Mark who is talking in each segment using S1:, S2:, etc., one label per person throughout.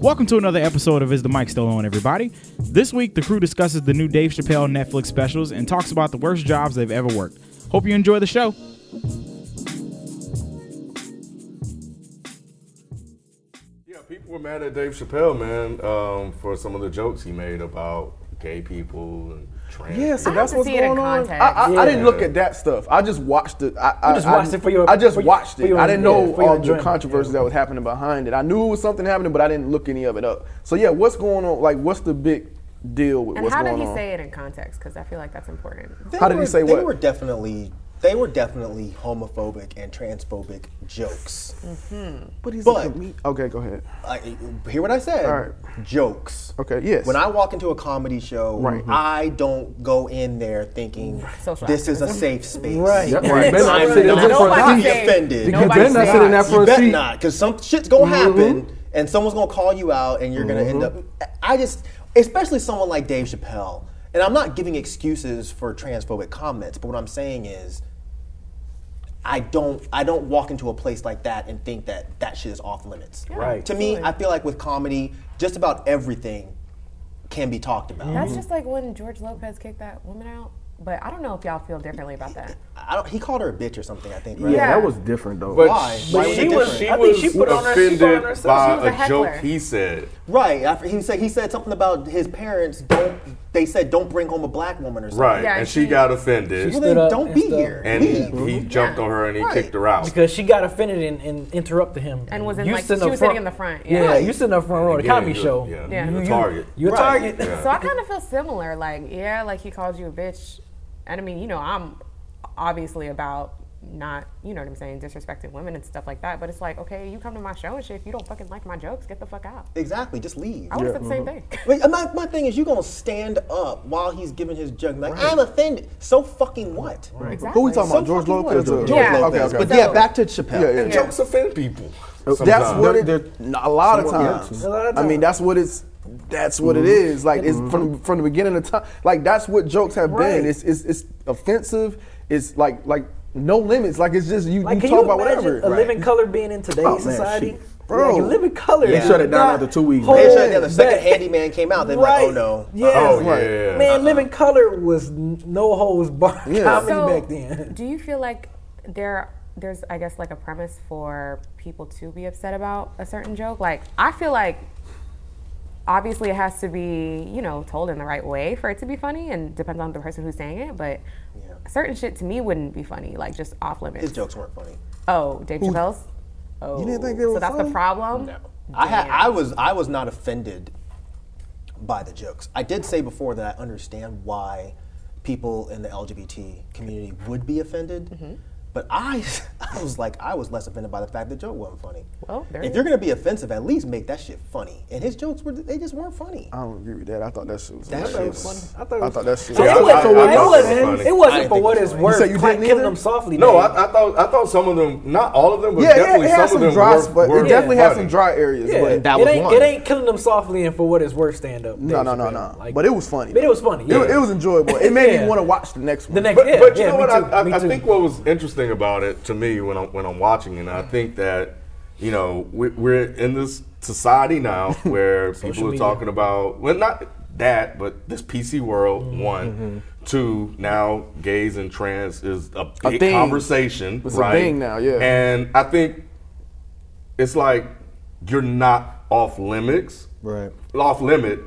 S1: Welcome to another episode of Is the Mic Still On, everybody? This week, the crew discusses the new Dave Chappelle Netflix specials and talks about the worst jobs they've ever worked. Hope you enjoy the show.
S2: Yeah, people were mad at Dave Chappelle, man, um, for some of the jokes he made about gay people and trans.
S3: Yeah, so
S2: people.
S3: that's
S4: to
S3: what's
S4: see it in
S3: going on. I,
S4: context.
S3: I, I didn't
S2: Yeah.
S3: look at that stuff. I just watched it. I, I
S5: You just watched
S3: I,
S5: it for your-
S3: I just
S5: for your-
S3: watched
S5: for
S3: it.
S5: your-
S3: I didn't know
S5: yeah, for your
S3: all the
S5: enjoyment,
S3: controversy that was happening behind it. I knew it was something happening, but I didn't look any of it up. So yeah, what's going on? Like, what's the big deal with
S4: And
S3: what's
S4: how
S3: going
S4: did he
S3: on?
S4: say it in context? Because I feel like that's important.
S6: They
S3: How did he
S6: were-
S3: say
S6: they
S3: what?
S6: were definitely they were definitely homophobic and transphobic jokes.
S3: But he's
S6: But-
S3: a comed- Okay, go ahead.
S6: I hear what I said.
S3: All right.
S6: Jokes.
S3: Okay, yes.
S6: When I walk into a comedy show,
S3: Right.
S6: I don't go in there thinking
S4: Social
S6: this is a
S4: activism.
S6: safe space.
S5: Right. Yep,
S3: right. They're not
S6: I'm
S3: sitting
S6: not
S3: in that
S4: front
S6: gonna be
S4: seat.
S6: offended.
S5: Because they're not
S4: said
S5: sitting
S4: that.
S5: in that
S6: You
S5: front
S6: bet
S5: seat.
S6: not, because some shit's gonna
S3: Mm-hmm.
S6: happen, and someone's gonna call you out, and you're gonna end up. I just, especially someone like Dave Chappelle, and I'm not giving excuses for transphobic comments, but what I'm saying is, I don't, I don't walk into a place like that and think that that shit is off limits.
S5: Right.
S6: To me, I feel like with comedy, just about everything can be talked about.
S4: That's just like when George Lopez kicked that woman out. But I don't know if y'all feel differently about that.
S6: I don't, he called her a bitch or something. I think.
S3: Yeah,
S6: Right?
S3: that was different though.
S2: But
S6: Why?
S2: she-
S6: Why was
S2: she
S6: it
S2: was
S6: different?
S2: she
S5: I think
S2: was
S5: she put on her- she
S2: offended
S5: put on herself.
S2: by
S4: She was a
S2: a joke
S4: heckler.
S2: he said.
S6: Right. I- He said he said something about his parents. Don't they said don't bring home a black woman or something.
S2: Right,
S4: Yeah,
S2: and she,
S4: she-
S2: got offended,
S6: Well, then
S5: Stood up
S6: don't
S5: and
S6: be
S5: stuff.
S6: here.
S2: and he,
S6: Leave.
S2: he jumped on her and he
S6: Right.
S2: kicked her out.
S5: Because she got offended and, and interrupted him.
S4: And was in,
S5: You
S4: like,
S5: sitting
S4: she
S5: up
S4: was sitting in the front,
S5: Yeah,
S4: yeah.
S5: you sitting up front row at a
S2: Again,
S5: comedy
S2: you're-
S5: show.
S2: yeah,
S4: Yeah.
S2: you're a
S4: You-
S2: target.
S5: You're a
S6: Right.
S5: target.
S4: So I kind of feel similar. Like, yeah, like he called you a bitch. And I mean, you know, I'm obviously about not, you know what I'm saying, disrespecting women and stuff like that. But it's like, okay, you come to my show and shit. If you don't fucking like my jokes, get the fuck out.
S6: Exactly. Just leave.
S4: I would have said the same thing.
S6: Wait, and my, my thing is, you gonna stand up while he's giving his judgment. Like, I'm offended. So fucking what? Right.
S4: Exactly.
S3: Who we talking
S6: So
S3: about? George
S6: fucking what?
S3: Lopez? or-
S6: George
S4: Yeah.
S6: Lopez.
S3: Okay, okay.
S6: But yeah, back to Chappelle.
S3: Yeah, yeah.
S4: Yeah.
S2: Jokes offend people.
S3: That's
S2: sometimes.
S3: what it,
S5: They're-
S3: a lot of
S5: Somewhat,
S3: times.
S5: yeah. A lot of
S3: I mean,
S5: times.
S3: that's what it's. That's what it is. Like it's from from the beginning of time. Like that's what jokes have
S5: Right.
S3: been. It's, it's it's offensive. It's like like no limits. Like it's just you,
S5: Like,
S3: you
S5: can
S3: talk
S5: you
S3: about
S5: imagine
S3: whatever.
S5: a living color being in today's
S3: Oh, man,
S5: society?
S3: shit. Bro.
S5: like, a living color.
S6: They shut it
S3: down
S5: Not-
S3: after two weeks.
S5: Hold
S6: They shut
S5: on,
S6: it down. The second
S5: that-
S6: Handyman came out, they were like,
S5: right.
S6: "Oh, no."
S5: Yeah.
S2: Oh,
S3: Right.
S2: yeah.
S5: Man, living color was n- no holds barred
S3: Yeah.
S5: comedy
S4: So,
S5: back then.
S4: Do you feel like there there's I guess like a premise for people to be upset about a certain joke? Like I feel like obviously it has to be, you know, told in the right way for it to be funny and depends on the person who's saying it, but certain shit to me wouldn't be funny, like just off
S6: His
S4: limits.
S6: jokes weren't funny.
S4: Oh, Dave Chappelle's? Oh.
S3: didn't think they
S4: so
S3: were
S4: that's
S3: funny?
S4: the problem?
S6: I had I was I was not offended by the jokes. I did say before that I understand why people in the LGBT community would be offended.
S4: Mm-hmm.
S6: But I, I was like, I was less offended by the fact that joke wasn't funny.
S4: Well, there
S6: if
S4: you
S6: you're gonna be offensive, at least make that shit funny. And his jokes were, they just weren't funny.
S3: I don't agree with that. I thought that shit was.
S6: That shit was funny.
S3: I
S5: I
S3: thought,
S5: thought it was-
S3: that shit.
S5: So
S2: Yeah,
S5: it,
S2: I-
S5: wasn't,
S2: I- I thought
S5: it,
S2: it was
S5: wasn't,
S2: funny.
S5: it
S6: I
S5: wasn't
S6: didn't
S5: for
S6: think
S5: what it's
S6: it was funny.
S5: worth.
S3: You said you
S5: Cla-
S3: didn't
S5: killing
S3: either?
S5: them softly.
S2: No,
S5: man.
S2: I, I thought I thought some of them, not all of them, but
S3: yeah, yeah,
S2: definitely
S3: it had
S2: some
S3: some
S2: of them
S3: dry,
S2: were,
S3: but
S2: were
S3: it definitely had
S2: funny.
S3: some dry areas.
S5: Yeah.
S3: But
S5: it ain't, It ain't killing them softly and for what it's worth stand up.
S3: no, no, no, no. but it was funny.
S5: But it was funny.
S3: It,
S5: yeah.
S3: it was enjoyable. It made
S5: Yeah.
S3: me want to watch the next one.
S5: The next,
S2: But,
S5: yeah,
S2: but you
S5: yeah,
S2: know
S5: me
S2: what?
S5: Too,
S2: I,
S5: me
S2: I, I
S5: too.
S2: think what was interesting about it to me when I'm when I'm watching it, and I think that you know we, we're in this society now where people are
S5: media.
S2: talking about well not that but this PC world one. Two now, gays and trans is a big
S3: thing.
S2: conversation,
S3: It's a
S2: right?
S3: thing now, yeah.
S2: And I think it's like you're not off limits,
S6: Right.
S2: Off limit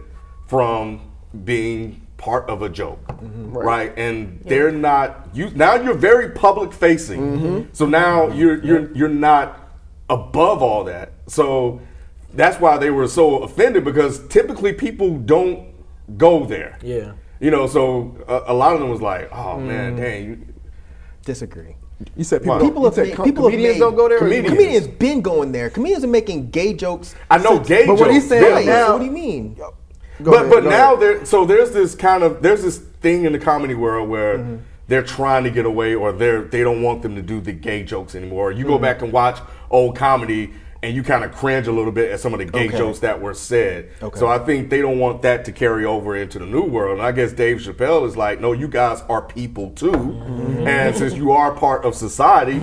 S2: from being part of a joke, right. And they're not you now. You're very public facing, so now you're you're you're not above all that. So that's why they were so offended because typically people don't go there.
S5: Yeah.
S2: you know. So a, a lot of them was like, "Oh man, dang, you,
S6: Disagree.
S3: you said people,
S2: Why?
S6: People,
S3: you
S6: have,
S3: said
S6: made,
S3: com-
S6: people have
S3: comedians
S6: made-
S3: don't go there.
S2: Comedians.
S6: Comedians been going there. Comedians are making gay jokes.
S2: I know gay
S3: But
S2: jokes."
S3: what he's saying
S2: really.
S3: now-
S6: so what do you mean?
S3: Go
S2: but
S3: ahead,
S2: but
S3: go
S2: now
S3: ahead.
S2: there so there's this kind of there's this thing in the comedy world where
S3: Mm-hmm.
S2: they're trying to get
S3: Mm-hmm.
S2: away or they're they don't want them to do the gay jokes anymore. You go back and watch old comedy and you kind of cringe a little bit at some of the gay
S6: Okay.
S2: jokes that were said.
S6: Okay.
S2: So I think they don't want that to carry over into the new world. And I guess Dave Chappelle is like, no, you guys are people too, and since you are part of society,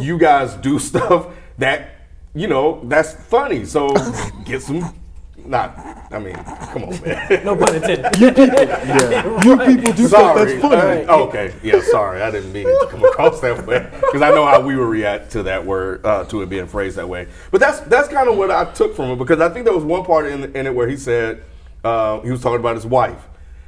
S2: you guys do stuff that you know that's funny. So get some. Not, I mean, come on, man.
S5: No pun intended. You
S6: You people do
S2: Sorry.
S5: funny.
S2: Uh, okay. Yeah. Sorry. I didn't mean it to come across that way because I know how we would react to that word, uh, to it being phrased that way. But that's that's kind of what I took from it because I think there was one part in, in it where he said uh, he was talking about his wife,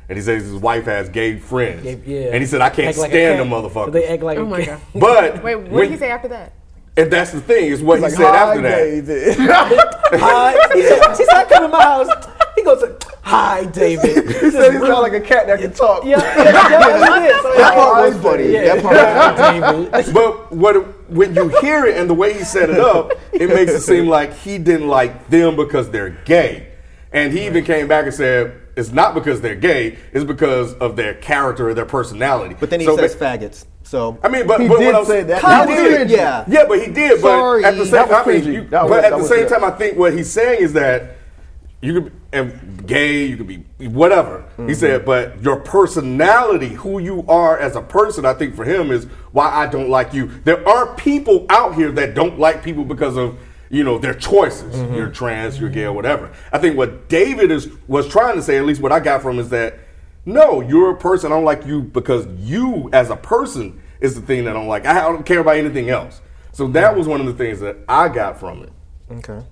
S2: and he says his wife has gay friends,
S5: Yeah.
S2: and he said I can't
S5: Act like a
S2: stand
S5: cat.
S2: them motherfuckers.
S5: They act like
S4: Oh
S5: a
S4: my
S5: cat.
S4: god.
S2: but
S4: Wait, what
S2: when-
S4: did he say after that?
S2: And that's the thing is what he
S3: Like,
S2: said
S3: hi,
S2: after that.
S3: David.
S5: Hi. He said, he said, I come to my house. He goes, hi, David.
S3: he said he sounded like a cat that can talk.
S5: Yeah, yeah, yeah, it is. So,
S6: That
S5: yeah.
S6: part was funny.
S5: Yeah.
S6: That part was
S2: But what when you hear it and the way he set it up, it makes it seem like he didn't like them because they're gay. And he even came back and said, it's not because they're gay, it's because of their character or their personality.
S6: But then he
S2: So,
S6: says
S2: ba-
S6: faggots. So
S2: I mean, but,
S3: He
S2: but
S3: did
S2: what else,
S3: say that.
S6: That
S2: He
S6: was
S2: did.
S6: cringy. Yeah.
S2: yeah, but he did.
S6: Sorry.
S2: But at the same,
S3: That was
S2: I mean,
S3: cringy.
S2: you-
S3: That was-
S2: but at
S3: that
S2: the
S3: was
S2: same
S3: it.
S2: time, I think what he's saying is that you could be and gay, you could be whatever. He said, but your personality, who you are as a person, I think for him is why I don't like you. There are people out here that don't like people because of you know their choices. You're trans, you're gay, or whatever. I think what David is was trying to say, at least what I got from, is that no, you're a person. I don't like you because you as a person is the thing that I don't like. I don't care about anything else. So that was one of the things that I got from it.
S6: okay.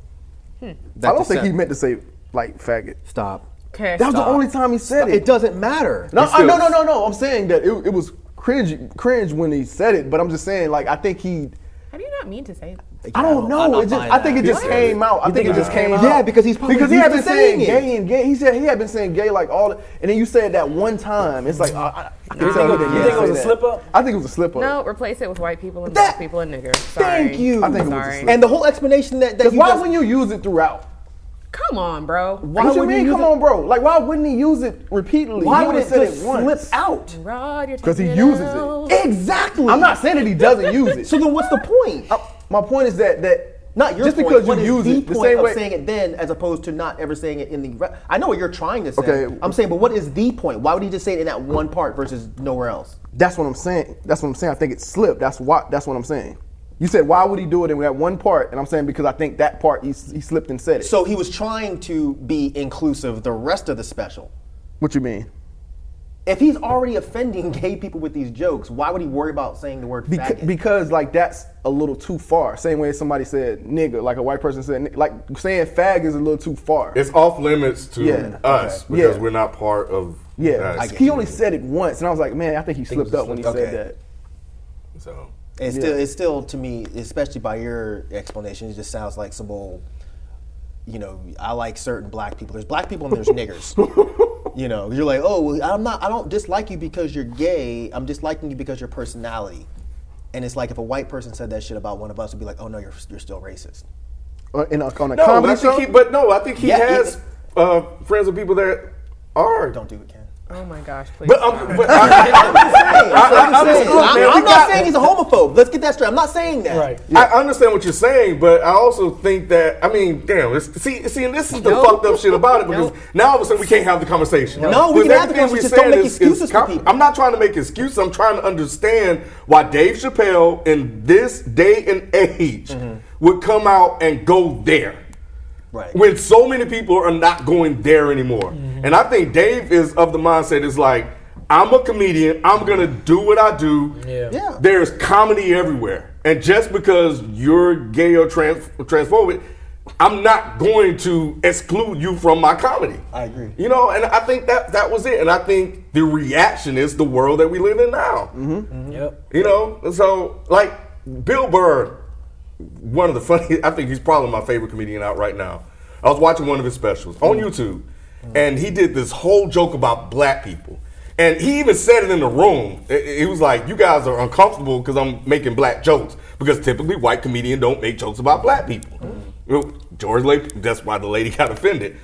S3: I don't think he meant to say like faggot.
S6: Stop.
S4: Okay.
S3: That was the
S6: Stop.
S3: only time he said
S6: It
S3: it.
S6: doesn't matter.
S3: No,
S6: It's
S3: I,
S6: still-
S3: no, no, no, no. I'm saying that it, it was cringe, cringe when he said it. But I'm just saying, like, I think he.
S4: How do you not mean to say that?
S3: I don't
S6: I'm
S3: know.
S6: not
S3: It just,
S6: buying
S3: I think it
S6: that.
S3: just
S2: What?
S3: came out. I think, it just came out.
S6: Yeah, because he's probably
S3: because he
S6: used
S3: had
S6: to
S3: been saying
S6: saying it.
S3: gay and gay. He said he had been saying gay like all. The, and then you said that one time. It's like uh, I, I can
S5: You
S3: tell
S5: think it-
S3: he didn't
S5: you think it was
S3: say
S5: a
S3: that.
S5: slip-up?
S3: I think it was a slip up.
S4: No, replace it with white people and
S6: That-
S4: black people and niggers. Sorry.
S6: Thank you.
S3: I think it was a
S4: Sorry.
S3: slip.
S6: And the whole explanation that, that he
S3: Why
S6: does-
S3: wouldn't you use it throughout?
S4: Come on, bro.
S3: Why what you
S6: would he
S3: mean?
S6: use
S3: Come
S6: it-
S3: on, bro. Like, why wouldn't he use it repeatedly?
S6: why
S3: He
S6: would
S3: would've
S6: it
S3: said
S6: just slip
S3: once.
S6: out?
S4: Rod, you're
S3: 'Cause he
S4: taking
S3: uses it.
S4: out.
S6: Exactly.
S3: I'm not saying that he doesn't use it.
S6: So then, what's the point?
S3: I- my point is that that
S6: Not your
S3: just
S6: point,
S3: because
S6: what is
S3: you use
S6: the
S3: it the
S6: point
S3: same
S6: of
S3: way.
S6: saying it then, as opposed to not ever saying it in the. Re- I know what you're trying to say.
S3: Okay.
S6: I'm saying, but what is the point? Why would he just say it in that one part versus nowhere else?
S3: That's what I'm saying. That's what I'm saying. I think it slipped. That's why. That's what I'm saying. You said why would he do it in that one part? And I'm saying because I think that part he, s- he slipped and said it.
S6: So he was trying to be inclusive the rest of the special.
S3: what you mean?
S6: If he's already offending gay people with these jokes, why would he worry about saying the word
S3: Because,
S6: faggot?
S3: because like that's a little too far. Same way somebody said nigga, like a white person said ni- like saying fag is a little too far.
S2: It's off limits to
S3: Yeah.
S2: us
S3: Okay.
S2: because
S3: Yeah.
S2: we're not part of.
S3: yeah,
S2: us.
S3: he only said it once, and I was like, man, I think he slipped
S6: was
S3: up when he
S6: slipped.
S3: said
S6: Okay.
S3: that.
S2: So
S6: It's still, it's still to me, especially by your explanation, it just sounds like some old. You know, I like certain black people. There's black people and there's niggers. You know, you're like, oh, well, I'm not. I don't dislike you because you're gay. I'm disliking you because your personality. And it's like if a white person said that shit about one of us, would be like, oh no, you're you're still racist.
S3: Or in a, on a
S2: no, but I
S3: comedy
S2: think
S3: show.
S2: he, but no, I think he
S6: Yeah,
S2: has
S6: it-
S2: uh, friends with people that are.
S6: Don't do it, Ken.
S4: Oh my gosh, please.
S2: But, um, but I,
S6: I'm,
S2: I-
S6: saying,
S2: look,
S6: I'm-
S2: man,
S6: I'm
S2: we
S6: not
S2: got-
S6: saying he's a homophobe. Let's get that straight. I'm not saying that.
S5: Right.
S2: I understand what you're saying, but I also think that I mean, damn, it's, see, see, and this is the
S4: Nope.
S2: fucked up shit about it because
S4: Nope.
S2: now all of a sudden we can't have the conversation.
S6: No, we
S2: Because
S6: can have the
S2: everything
S6: conversation,
S2: we're
S6: just don't
S2: saying
S6: make excuses for people.
S2: I'm not trying to make excuses. I'm trying to understand why Dave Chappelle in this day and age
S6: Mm-hmm.
S2: would come out and go there.
S6: Right.
S2: When so many people are not going there anymore. And I think Dave is of the mindset is like, I'm a comedian, I'm gonna do what I do.
S5: Yeah.
S6: Yeah.
S2: There's comedy everywhere. And just because you're gay or trans- transphobic, I'm not going to exclude you from my comedy.
S6: I agree.
S2: You know, and I think that that was it. And I think the reaction is the world that we live in now.
S6: Mm-hmm.
S5: Yep.
S2: You know, so like Bill Burr, one of the funniest. I think he's probably my favorite comedian out right now. I was watching one of his specials on YouTube, and he did this whole joke about black people. And he even said it in the room. I- I- He was like, "You guys are uncomfortable because I'm making black jokes because typically white comedians don't make jokes about black people." Well, George, La- that's why the lady got offended.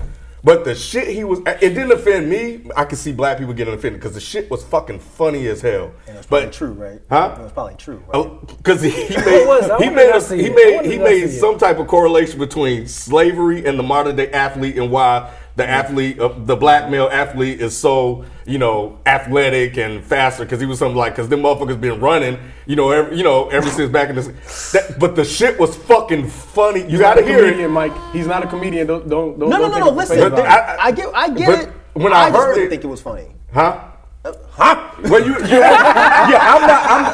S2: But the shit he was, it didn't offend me. I could see black people getting offended because the shit was fucking funny as hell.
S6: And it's probably
S2: but
S6: true, right?
S2: Huh?
S6: It was probably true, right?
S2: Because Oh, he he
S5: What was
S2: made he
S5: it? I wanna
S2: made
S5: not
S2: a,
S5: see
S2: he
S5: it. I
S2: made
S5: wanna
S2: he
S5: not
S2: made
S5: see it.
S2: some type of correlation between slavery and the modern day athlete and why the
S5: Mm-hmm.
S2: athlete uh, the black male athlete is so you know athletic and faster because he was something like because them motherfuckers been running you know every, you know ever since back in the that, but the shit was fucking funny you
S7: not
S2: gotta
S7: a
S2: hear
S7: comedian,
S2: it
S7: Mike. He's not a comedian. Don't don't don't.
S6: No, no,
S7: don't
S6: no,
S7: take
S6: no.
S7: it
S6: Listen,
S7: for face value.
S6: I, I get, I get
S2: but
S6: it.
S2: when I
S6: just
S2: heard
S6: didn't
S2: it-
S6: think it was funny.
S2: huh. Huh? Well, you, you yeah, I'm not. I'm,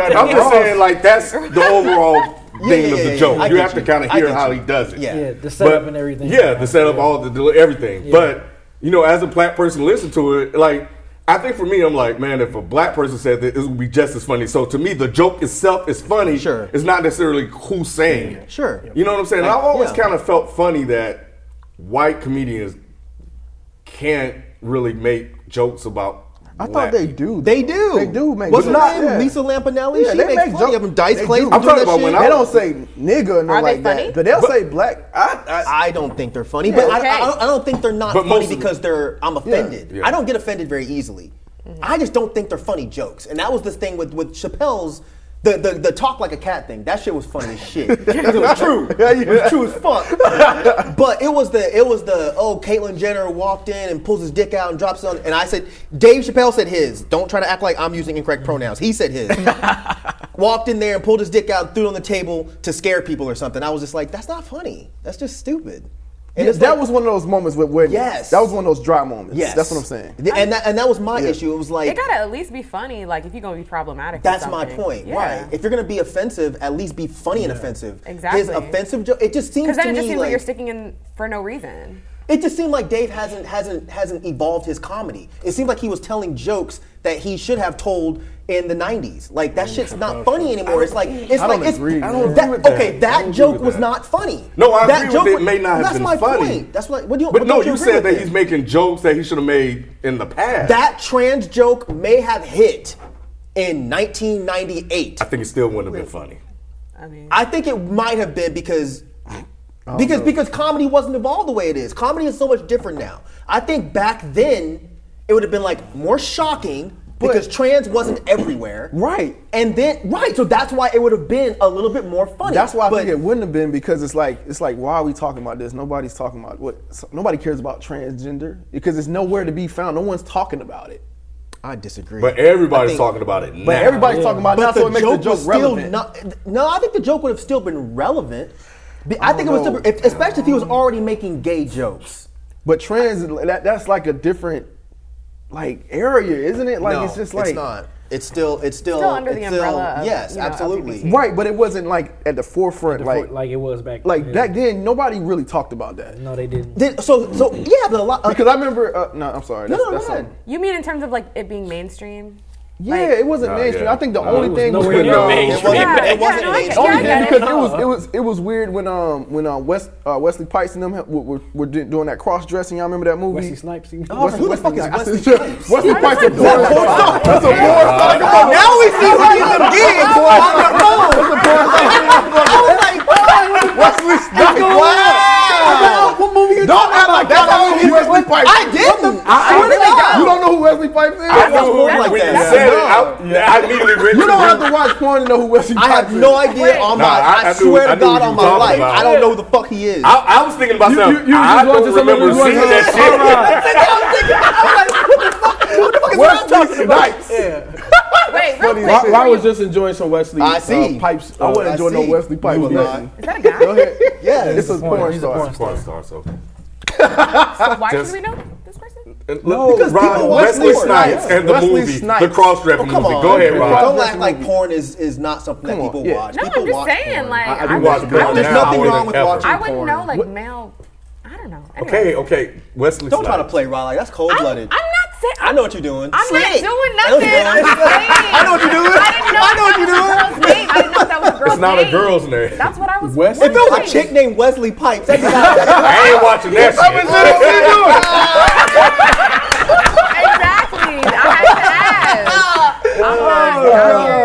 S2: I, I'm, I'm just saying, like that's the overall thing
S6: Yeah, yeah,
S2: of
S6: yeah,
S2: the
S6: yeah.
S2: joke.
S6: I
S2: You
S6: get
S2: have to
S6: you.
S2: kind of
S6: I
S2: hear
S6: get
S2: how he
S6: you.
S2: does it.
S6: Yeah.
S5: Yeah, the setup
S2: But-
S5: and everything.
S2: Yeah, the setup, all the deli- everything. But you know, as a black person, listen to it. Like, I think for me, I'm like, man, if a black person said that, it would be just as funny. So to me, the joke itself is funny.
S6: Sure.
S2: it's not necessarily who's saying it.
S6: Sure.
S2: you know what I'm saying. I've always
S6: yeah.
S2: kind of felt funny that white comedians can't really make jokes about.
S3: I
S2: black
S3: thought they
S2: people.
S3: do.
S6: They do.
S3: They do make
S6: What's her
S3: jokes.
S6: name?
S3: Yeah.
S6: Lisa Lampanelli.
S3: Yeah,
S6: she
S3: they
S6: makes
S3: make
S6: fun
S3: jokes.
S6: of them. Dice
S3: They
S6: Clay.
S3: do.
S6: do
S2: I'm talking
S6: that
S2: about
S6: shit.
S2: when I
S3: They don't say nigga or no
S4: Are they
S3: like
S4: funny?
S3: that, but they'll say black. I, I,
S6: I don't think they're funny, but I, I,
S4: Okay.
S6: don't, I don't think they're not
S2: But most
S6: funny
S2: of them-
S6: because they're. I'm offended.
S2: Yeah.
S6: I don't get offended very easily. I just don't think they're funny jokes, and that was the thing with with Chappelle's. The, the, the talk like a cat thing that shit was funny as shit. it was true. It was true as fuck. but it was the it was the oh Caitlyn Jenner walked in and pulls his dick out and drops it on and I said Dave Chappelle said his. Don't try to act like I'm using incorrect pronouns. He said his. walked in there and pulled his dick out and threw it on the table to scare people or something. I was just like, that's not funny. That's just stupid. And
S3: Yeah,
S6: it's
S3: that
S6: like-
S3: was one of those moments with Whitney.
S6: Yes.
S3: That was one of those dry moments.
S6: yes,
S3: That's what I'm saying.
S6: Th- And that and that was my issue. It was like
S4: It gotta at least be funny, like if you're gonna be problematic. or
S6: that's my
S4: something.
S6: point.
S4: Yeah.
S6: Right. If you're gonna be offensive, at least be funny and offensive. His
S4: Exactly.
S6: offensive joke. It just seems
S4: Because
S6: to
S4: then it
S6: me
S4: just seems like
S6: like-
S4: you're sticking in for no reason.
S6: It just seemed like Dave hasn't hasn't hasn't evolved his comedy. It seemed like he was telling jokes that he should have told in the '90s. Like that shit's not funny anymore. It's like it's
S3: I
S6: like
S3: don't
S6: it's
S3: agree, I
S2: don't
S6: that,
S2: agree with that. Mm, I
S6: okay.
S2: don't
S6: That
S2: agree
S6: joke
S2: with
S6: was
S2: that.
S6: not funny.
S2: No, I
S6: that
S2: agree with it.
S6: was-
S2: May not have
S6: that's
S2: been
S6: my
S2: funny.
S6: Point. That's what. What do you?
S2: But
S6: what
S2: no,
S6: don't
S2: you,
S6: agree
S2: said
S6: with
S2: that
S6: then?
S2: he's making jokes that he should have made in the past.
S6: that trans joke may have hit in 1998.
S2: I think it still wouldn't have been funny.
S4: I mean,
S6: I think it might have been because because because comedy wasn't evolved the way it is. Comedy is so much different now. I think back then it would have been like more shocking because trans wasn't everywhere.
S3: Right.
S6: And then right, so that's why it would have been a little bit more funny.
S3: That's why I
S6: But
S3: think it wouldn't have been because it's like it's like why are we talking about this? Nobody's talking about what so- nobody cares about transgender because it's nowhere to be found. No one's talking about it.
S6: I disagree.
S2: But everybody's
S6: I think-
S2: talking about it now.
S3: But everybody's talking about it.
S6: But
S3: That's
S6: the
S3: what makes the
S6: joke
S3: joke
S6: was still
S3: relevant.
S6: not. No, I think the joke would have still been relevant. Be- I, think it was,
S3: don't
S6: still, if, especially if he was already making gay jokes.
S3: but trans that, that's like a different like area, isn't it? Like
S6: no,
S3: it's just like
S6: not. It's still. It's still.
S4: Still under
S6: it's
S4: the
S6: still-
S4: umbrella of,
S6: yes,
S4: you know,
S6: absolutely.
S4: LGBT.
S3: right, but it wasn't like at the forefront. like like,
S5: like it was back. then.
S3: back then, nobody really talked about that
S5: No, they didn't.
S6: Did- so so yeah, but a lot.
S3: because I remember. Uh, no, I'm sorry.
S6: no,
S3: That's,
S6: no,
S3: that's
S6: go ahead.
S3: something.
S4: you mean in terms of like it being mainstream?
S3: Yeah,
S4: Like-
S3: it wasn't
S2: Nah,
S3: mainstream.
S2: yeah.
S3: I think the
S2: Nah.
S3: only
S2: It was
S3: thing was
S5: nowhere
S3: when,
S5: near
S3: um,
S5: mainstream.
S6: It wasn't-
S4: yeah,
S6: it wasn't
S4: yeah, no, I get- yeah,
S6: mainstream.
S4: I
S3: Only
S4: get
S3: thing
S4: it.
S3: because it was it was it was weird when um when uh West uh, Wesley Pipes and them ha- were, were, were di- doing that cross dressing. Y'all remember that movie?
S5: Wesley Snipes.
S6: Who the fuck is
S3: Snipes.
S6: Wesley Snipes?
S3: Wesley Pipes. is a porn
S6: That porn
S3: star.
S6: star.
S3: That's a porn star. Come on.
S6: now we see why he's in gigs on the phone. I was like, what?
S3: Wesley Snipes.
S6: Wow.
S3: Wow.
S6: "Oh, What movie you
S3: Don't act like that. I don't know who Wesley Pipes.
S6: I
S3: is.
S6: didn't.
S3: I-
S6: Swear to God.
S3: You don't know who Wesley Pipes
S2: I
S3: is?
S2: know who,
S6: That's-
S2: when you
S6: that's-
S2: said it, I, I immediately read
S3: You don't have to watch porn to know who Wesley
S6: I
S3: Pipes is.
S6: have no idea on my.
S2: Nah, I-
S6: I,
S2: I knew-
S6: swear
S2: I
S6: to
S2: knew
S6: God
S2: what you were
S6: on my
S2: talking
S6: life,
S2: about.
S6: I don't know who the fuck he is.
S2: I, I was thinking about
S3: You-
S2: myself.
S3: you- you
S2: I don't
S3: just wanted somebody
S2: remember
S3: who
S2: seeing
S3: wasn't-
S2: that shit.
S6: I'm thinking, I'm like, what the fuck? What the fuck is Rob
S3: Wesley
S6: talking about?
S3: Snipes.
S4: Wait, real quick.
S7: Ra- Ra
S4: were
S7: was
S4: you-
S7: just enjoying some Wesley
S6: I
S7: uh,
S6: see.
S7: pipes.
S3: I
S7: uh,
S3: wouldn't
S6: I
S3: enjoy no
S6: see.
S3: Wesley Pipes.
S6: You will
S3: listen.
S6: not.
S4: Is that a guy?
S6: Yeah,
S3: It's a porn
S5: He's a
S3: star.
S5: porn star.
S2: Porn star, so.
S4: so why
S2: Just-
S4: should we know this person?
S2: No,
S6: because people watch
S2: Wesley
S6: porn.
S2: Snipes
S6: Yeah.
S2: and the
S3: Wesley
S2: movie,
S3: Snipes.
S2: the cross-dressing
S6: Oh, come
S2: movie.
S6: on.
S2: Go ahead,
S6: Don't
S2: Rob.
S6: act like porn is, is not something
S3: Come
S6: that
S3: on,
S6: people
S3: yeah.
S6: watch.
S4: No,
S6: people
S4: I'm just
S6: watch
S4: saying,
S6: porn.
S4: like,
S2: I,
S4: I,
S2: I do
S4: would-
S2: watch
S4: I
S2: porn now
S4: would-
S6: There's nothing
S2: more
S6: wrong
S2: than
S6: with
S2: ever.
S6: watching
S4: I wouldn't
S3: porn.
S4: know, like,
S3: What-
S4: male. I don't know.
S2: Okay,
S4: Anyway.
S2: okay. Wesley
S6: Don't try to
S2: Snipes.
S6: play, Rod. Like, that's cold
S4: I'm, I'm
S6: blooded.
S4: not saying.
S6: I know what you're doing.
S4: I'm
S6: Say
S4: not
S6: it.
S4: doing
S6: I know what
S4: nothing.
S6: you're doing.
S4: I'm just saying.
S6: I know what you're doing.
S4: I didn't know,
S6: I know what you're
S4: that was a
S6: doing.
S4: girl's name. I didn't know that was a girl's
S2: It's not a
S4: name.
S2: girl's name.
S4: That's what I was.
S7: Wes-
S6: If it was a
S4: wondering.
S6: chick named Wesley Pipes, that'd be not.
S2: I ain't watching that shit.
S4: Exactly. I had to ask. I'm not out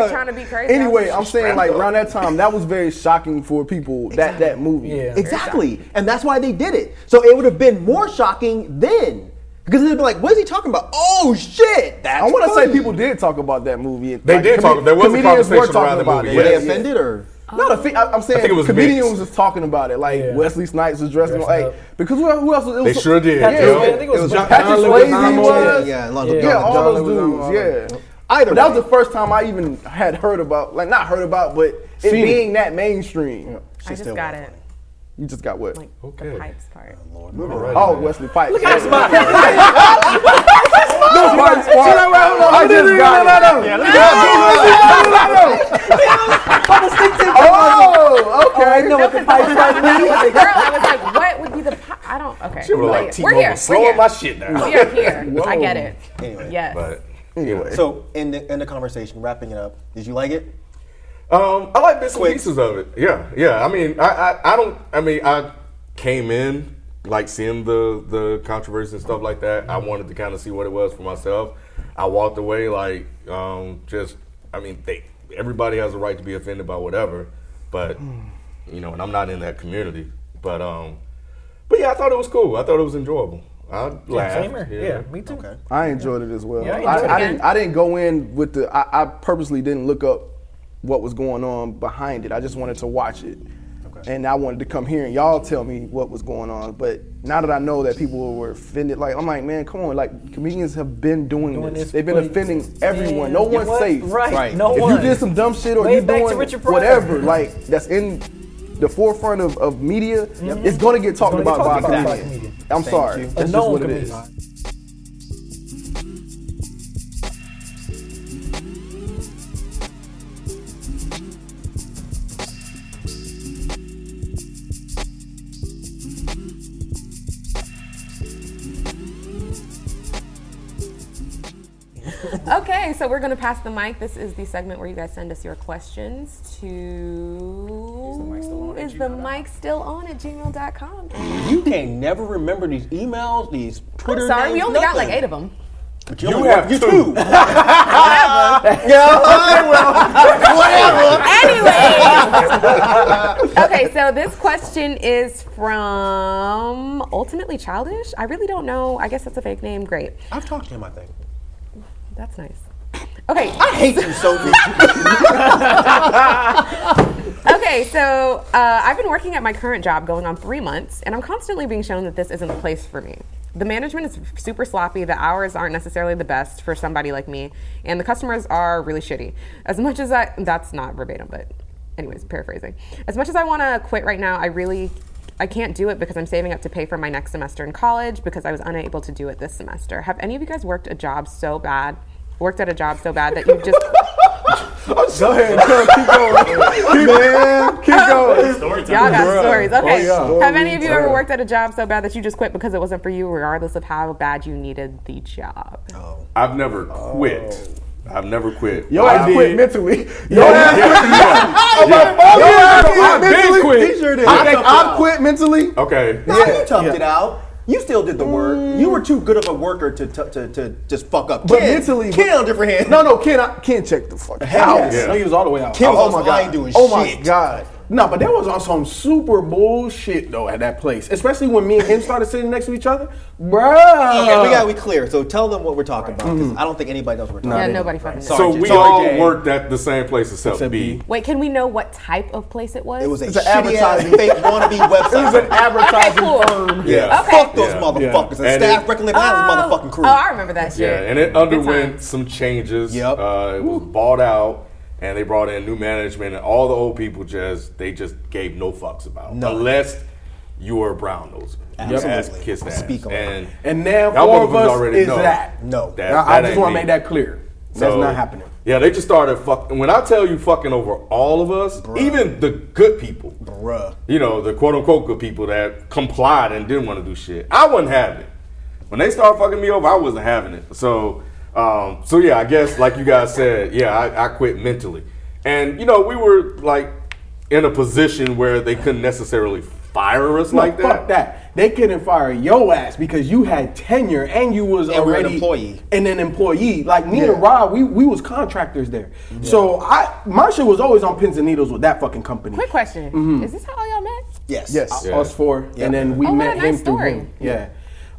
S4: here trying to be crazy.
S3: Anyway,
S4: I
S3: I'm saying like around that time, that was very shocking for people that that movie.
S5: Yeah.
S6: Exactly. And that's why they did it. So it would have been more shocking then. Because they'd be like, what is he talking about? Oh shit! That's
S3: I want to say
S6: funny."
S3: people did talk about that movie.
S2: They did talk- there was a
S3: comedians were
S2: conversation
S3: talking
S2: around the
S3: about
S2: movie,
S3: it.
S6: Were they
S2: yeah.
S6: offended or?
S3: Not a. Fi- I, I'm saying
S2: think it was
S3: comedians
S2: mixed.
S3: was just talking about it. Like
S5: Yeah.
S3: Wesley Snipes was dressed
S5: Dressed
S3: like
S5: up.
S3: because who, who else? Was, it was
S2: They sure did,
S3: Patrick,
S2: yo.
S3: Swayze-
S5: I think it was John-
S3: Patrick
S7: John
S3: Swayze
S7: Lewis and Tom
S3: was.
S7: Holland.
S3: Yeah,
S6: Yeah, Lonzo
S5: Yeah.
S6: Ball.
S5: John
S3: all those those dudes. Yeah.
S6: Either
S3: But that was
S6: way.
S3: the first time I even had heard about, like not heard about, but it
S7: Seen it.
S3: being that mainstream.
S4: I just
S6: still
S4: got
S6: went
S4: it.
S3: You just got what?
S4: Like
S2: Okay.
S4: the pipes part.
S3: Oh, Wesley Pipes. Look at his smile.
S2: I just got it.
S3: Oh, okay.
S5: I know what the pipe
S4: As a girl, I was like, what would be the pi- I don't. Okay.
S2: She was
S4: But
S2: like,
S4: we're here.
S2: T-Mobile,
S4: We're
S2: slowing
S4: here.
S2: my shit down.
S4: We are here. I get it.
S6: Anyway.
S4: Yes.
S2: But anyway,
S6: So in the end the conversation, wrapping it up, did you like it?
S2: um, I like bits and
S6: Quick.
S2: pieces of it. Yeah, yeah. I mean, I, I, I don't. I mean, I came in like seeing the the controversy and stuff like that. I wanted to kind of see what it was for myself. I walked away like um, just. I mean, they everybody has a right to be offended by whatever, but you know, and I'm not in that community. But um, but yeah, I thought it was cool. I thought it was enjoyable. I laughed.
S5: Yeah, same here. yeah, me too.
S6: Okay.
S3: I enjoyed it as well.
S5: Yeah, I
S3: I,
S5: enjoyed
S3: I
S4: it.
S3: didn't. I didn't go in with the. I, I purposely didn't look up what was going on behind it. I just wanted to watch it,
S6: Okay.
S3: and I wanted to come here and y'all tell me what was going on. But now that I know that people were offended, like I'm like, man, come on, like comedians have been doing,
S5: Doing
S3: this.
S5: this
S3: They've been
S5: for-
S3: offending everyone.
S5: Man,
S3: No
S5: you
S3: one's
S5: what?
S3: safe.
S5: Right.
S6: Right.
S5: No
S3: if
S5: one.
S3: you did some dumb shit or
S5: Way
S3: you
S5: back to
S3: doing
S5: Richard Pryor.
S3: whatever, like that's in the forefront of, of media, it's gonna get talked
S5: It's
S3: about
S5: gonna get
S3: by a
S5: talked about by a
S3: comedian.
S5: comedian.
S3: I'm
S6: Thank
S3: sorry.
S5: A
S6: you.
S3: That's just
S5: known
S3: what it is.
S5: comedian.
S4: Okay, so we're gonna pass the mic. This is the segment where you guys send us your questions to is the mic still on at gmail.com.
S6: You can never remember these emails, these Twitter
S4: I'm sorry, we
S6: names,
S4: only got like
S6: nothing.
S4: eight of them.
S6: But you,
S2: You
S6: only
S2: have
S6: you
S2: two.
S6: two.
S4: Anyway, okay, so this question is from Ultimately Childish. I really don't know. I guess that's a fake name. Great,
S6: I've talked to him, I think.
S4: that's nice. Okay,
S6: I hate you, Sophie.
S4: Okay, so uh, I've been working at my current job going on three months, and I'm constantly being shown that this isn't the place for me. The management is super sloppy, the hours aren't necessarily the best for somebody like me, and the customers are really shitty. As much as I, that's not verbatim, but anyways, paraphrasing. As much as I want to quit right now, I really I can't do it because I'm saving up to pay for my next semester in college because I was unable to do it this semester. Have any of you guys worked a job so bad, worked at a job so bad that you've just
S3: Go ahead, girl, keep going. keep, man, keep going.
S4: Y'all got
S3: Bruh.
S4: stories.
S3: Oh,
S4: Okay.
S3: yeah.
S4: Have any of you ever
S3: Bruh.
S4: worked at a job so bad that you just quit because it wasn't for you, regardless of how bad you needed the job?
S2: I've never quit. I've never quit.
S3: Yo,
S2: I
S3: I
S2: did-
S3: quit mentally. Yo,
S2: Yeah, yeah.
S3: yo, I
S2: I've been
S3: mentally.
S2: quit.
S3: He sure did. I, I quit mentally.
S2: Okay.
S6: Nah, you toughed it out. You still did the work. You were too good of a worker to to, to, to just fuck up.
S3: But
S6: Ken,
S3: mentally-
S6: Ken on different hand.
S3: No, no, Ken, I, Ken checked the fuck
S6: Hell
S3: out.
S2: yeah.
S7: No, he was all the way out.
S6: Ken was
S7: Oh,
S6: on some, I ain't doing
S3: oh
S6: shit.
S3: my god.
S7: No, but there was on some super bullshit though at that place, especially when me and him started sitting next to each other, bruh.
S6: Okay, we
S3: Uh,
S6: gotta be clear. So tell them what we're talking about. 'cause I don't think anybody knows what we're talking
S4: yeah,
S6: about.
S4: nobody fucking knows.
S2: So
S6: Jay.
S2: we
S6: Sorry,
S2: all
S6: Jay.
S2: worked at the same place except,
S7: Except
S2: B.
S7: B.
S4: Wait, can we know what type of place it was?
S6: It was a
S3: It's an
S6: shitty ass
S3: advertising-
S6: fake wannabe website.
S3: It was an
S4: okay,
S3: advertising
S4: cool.
S3: firm.
S2: Yeah.
S4: Okay.
S6: Fuck those
S2: Yeah.
S6: motherfuckers and,
S2: And
S6: staff
S2: it-
S6: Reckless Island's motherfucking crew.
S4: Oh, I remember that shit.
S2: Yeah, and it uh, underwent some changes.
S6: Yep.
S2: Uh, it was bought out, and they brought in new management, and all the old people just they just gave no fucks about it.
S6: None.
S2: unless you were a brown noser.
S6: Absolutely.
S2: Ass kiss ass.
S6: Speak on it.
S2: and
S7: And now
S2: y'all
S7: four of
S2: motherfuckers
S7: us
S2: already
S7: is
S2: know.
S7: that.
S6: No.
S2: That-
S7: Now, I
S2: that
S7: just
S2: ain't
S7: want to
S2: me.
S7: make that clear. That's
S2: So,
S7: not happening.
S2: Yeah, they just started fucking. When I tell you fucking over all of us, even the good people,
S6: Bruh.
S2: you know, the quote unquote good people that complied and didn't want to do shit. I wasn't having it. When they started fucking me over, I wasn't having it. So, um, so yeah, I guess like you guys said, yeah, I, I quit mentally. And you know, we were like in a position where they couldn't necessarily fire us like
S7: Fuck that. They couldn't fire your ass because you had tenure and you was
S6: And we're an
S7: already
S6: employee.
S7: and an employee. Like me and Rob, we we was contractors there. So I my shit was always on pins and needles with that fucking company.
S4: Quick question:
S3: Mm-hmm.
S4: Is this how all y'all met?
S6: Yes. Uh,
S3: Yes.
S2: Yeah.
S7: Us four, and then we
S4: Oh, what
S7: met
S4: a nice
S7: him through
S4: story.
S7: him. Yeah.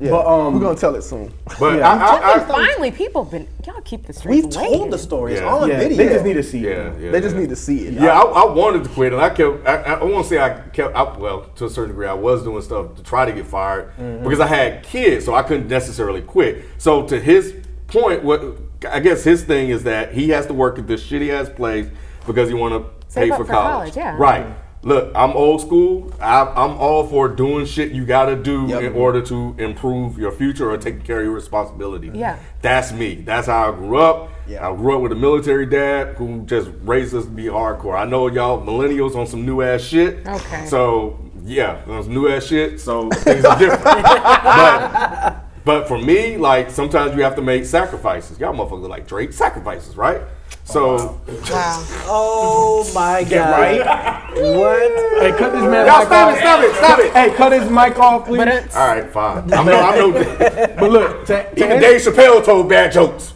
S3: Yeah.
S7: But um,
S3: we're gonna tell it soon.
S2: But
S7: Yeah.
S2: I, I, I,
S4: Finally, people been y'all keep the streets.
S6: We've told the
S4: waiting.
S6: story. It's
S2: Yeah.
S6: on
S7: yeah,
S6: video.
S7: they just need to see. it.
S2: yeah, yeah,
S3: They just
S2: yeah.
S3: need to see it.
S2: Yeah, I, I wanted to quit, and I kept. I, I- I won't say I kept. I, well, to a certain degree, I was doing stuff to try to get fired
S4: Mm-hmm.
S2: because I had kids, so I couldn't necessarily quit. So to his point, what I guess his thing is that he has to work at this shitty ass place because he want to
S4: Save
S2: pay
S4: up
S2: for
S4: for
S2: college.
S4: college, yeah.
S2: Right. Look, I'm old school. I, I'm all for doing shit you got to do in order to improve your future or take care of your responsibility.
S4: Yeah.
S2: That's me. That's how I grew up.
S6: Yeah.
S2: I grew up with a military dad who just raised us to be hardcore. I know y'all millennials on some new ass shit.
S4: Okay.
S2: So yeah, on some new ass shit. So things are different. but but for me, like sometimes you have to make sacrifices. Y'all motherfuckers like Drake sacrifices, right? So
S4: Wow.
S5: Oh my god! What?
S7: Hey, cut this man.
S2: y'all
S7: mic
S2: stop
S7: off.
S2: it, stop it, stop it.
S7: Hey, cut his mic off, please. Uh,
S4: But uh, it's,
S2: All right, fine. I'm no, I'm no.
S7: But look, to, to
S2: Even
S7: answer,
S2: Dave Chappelle told bad jokes.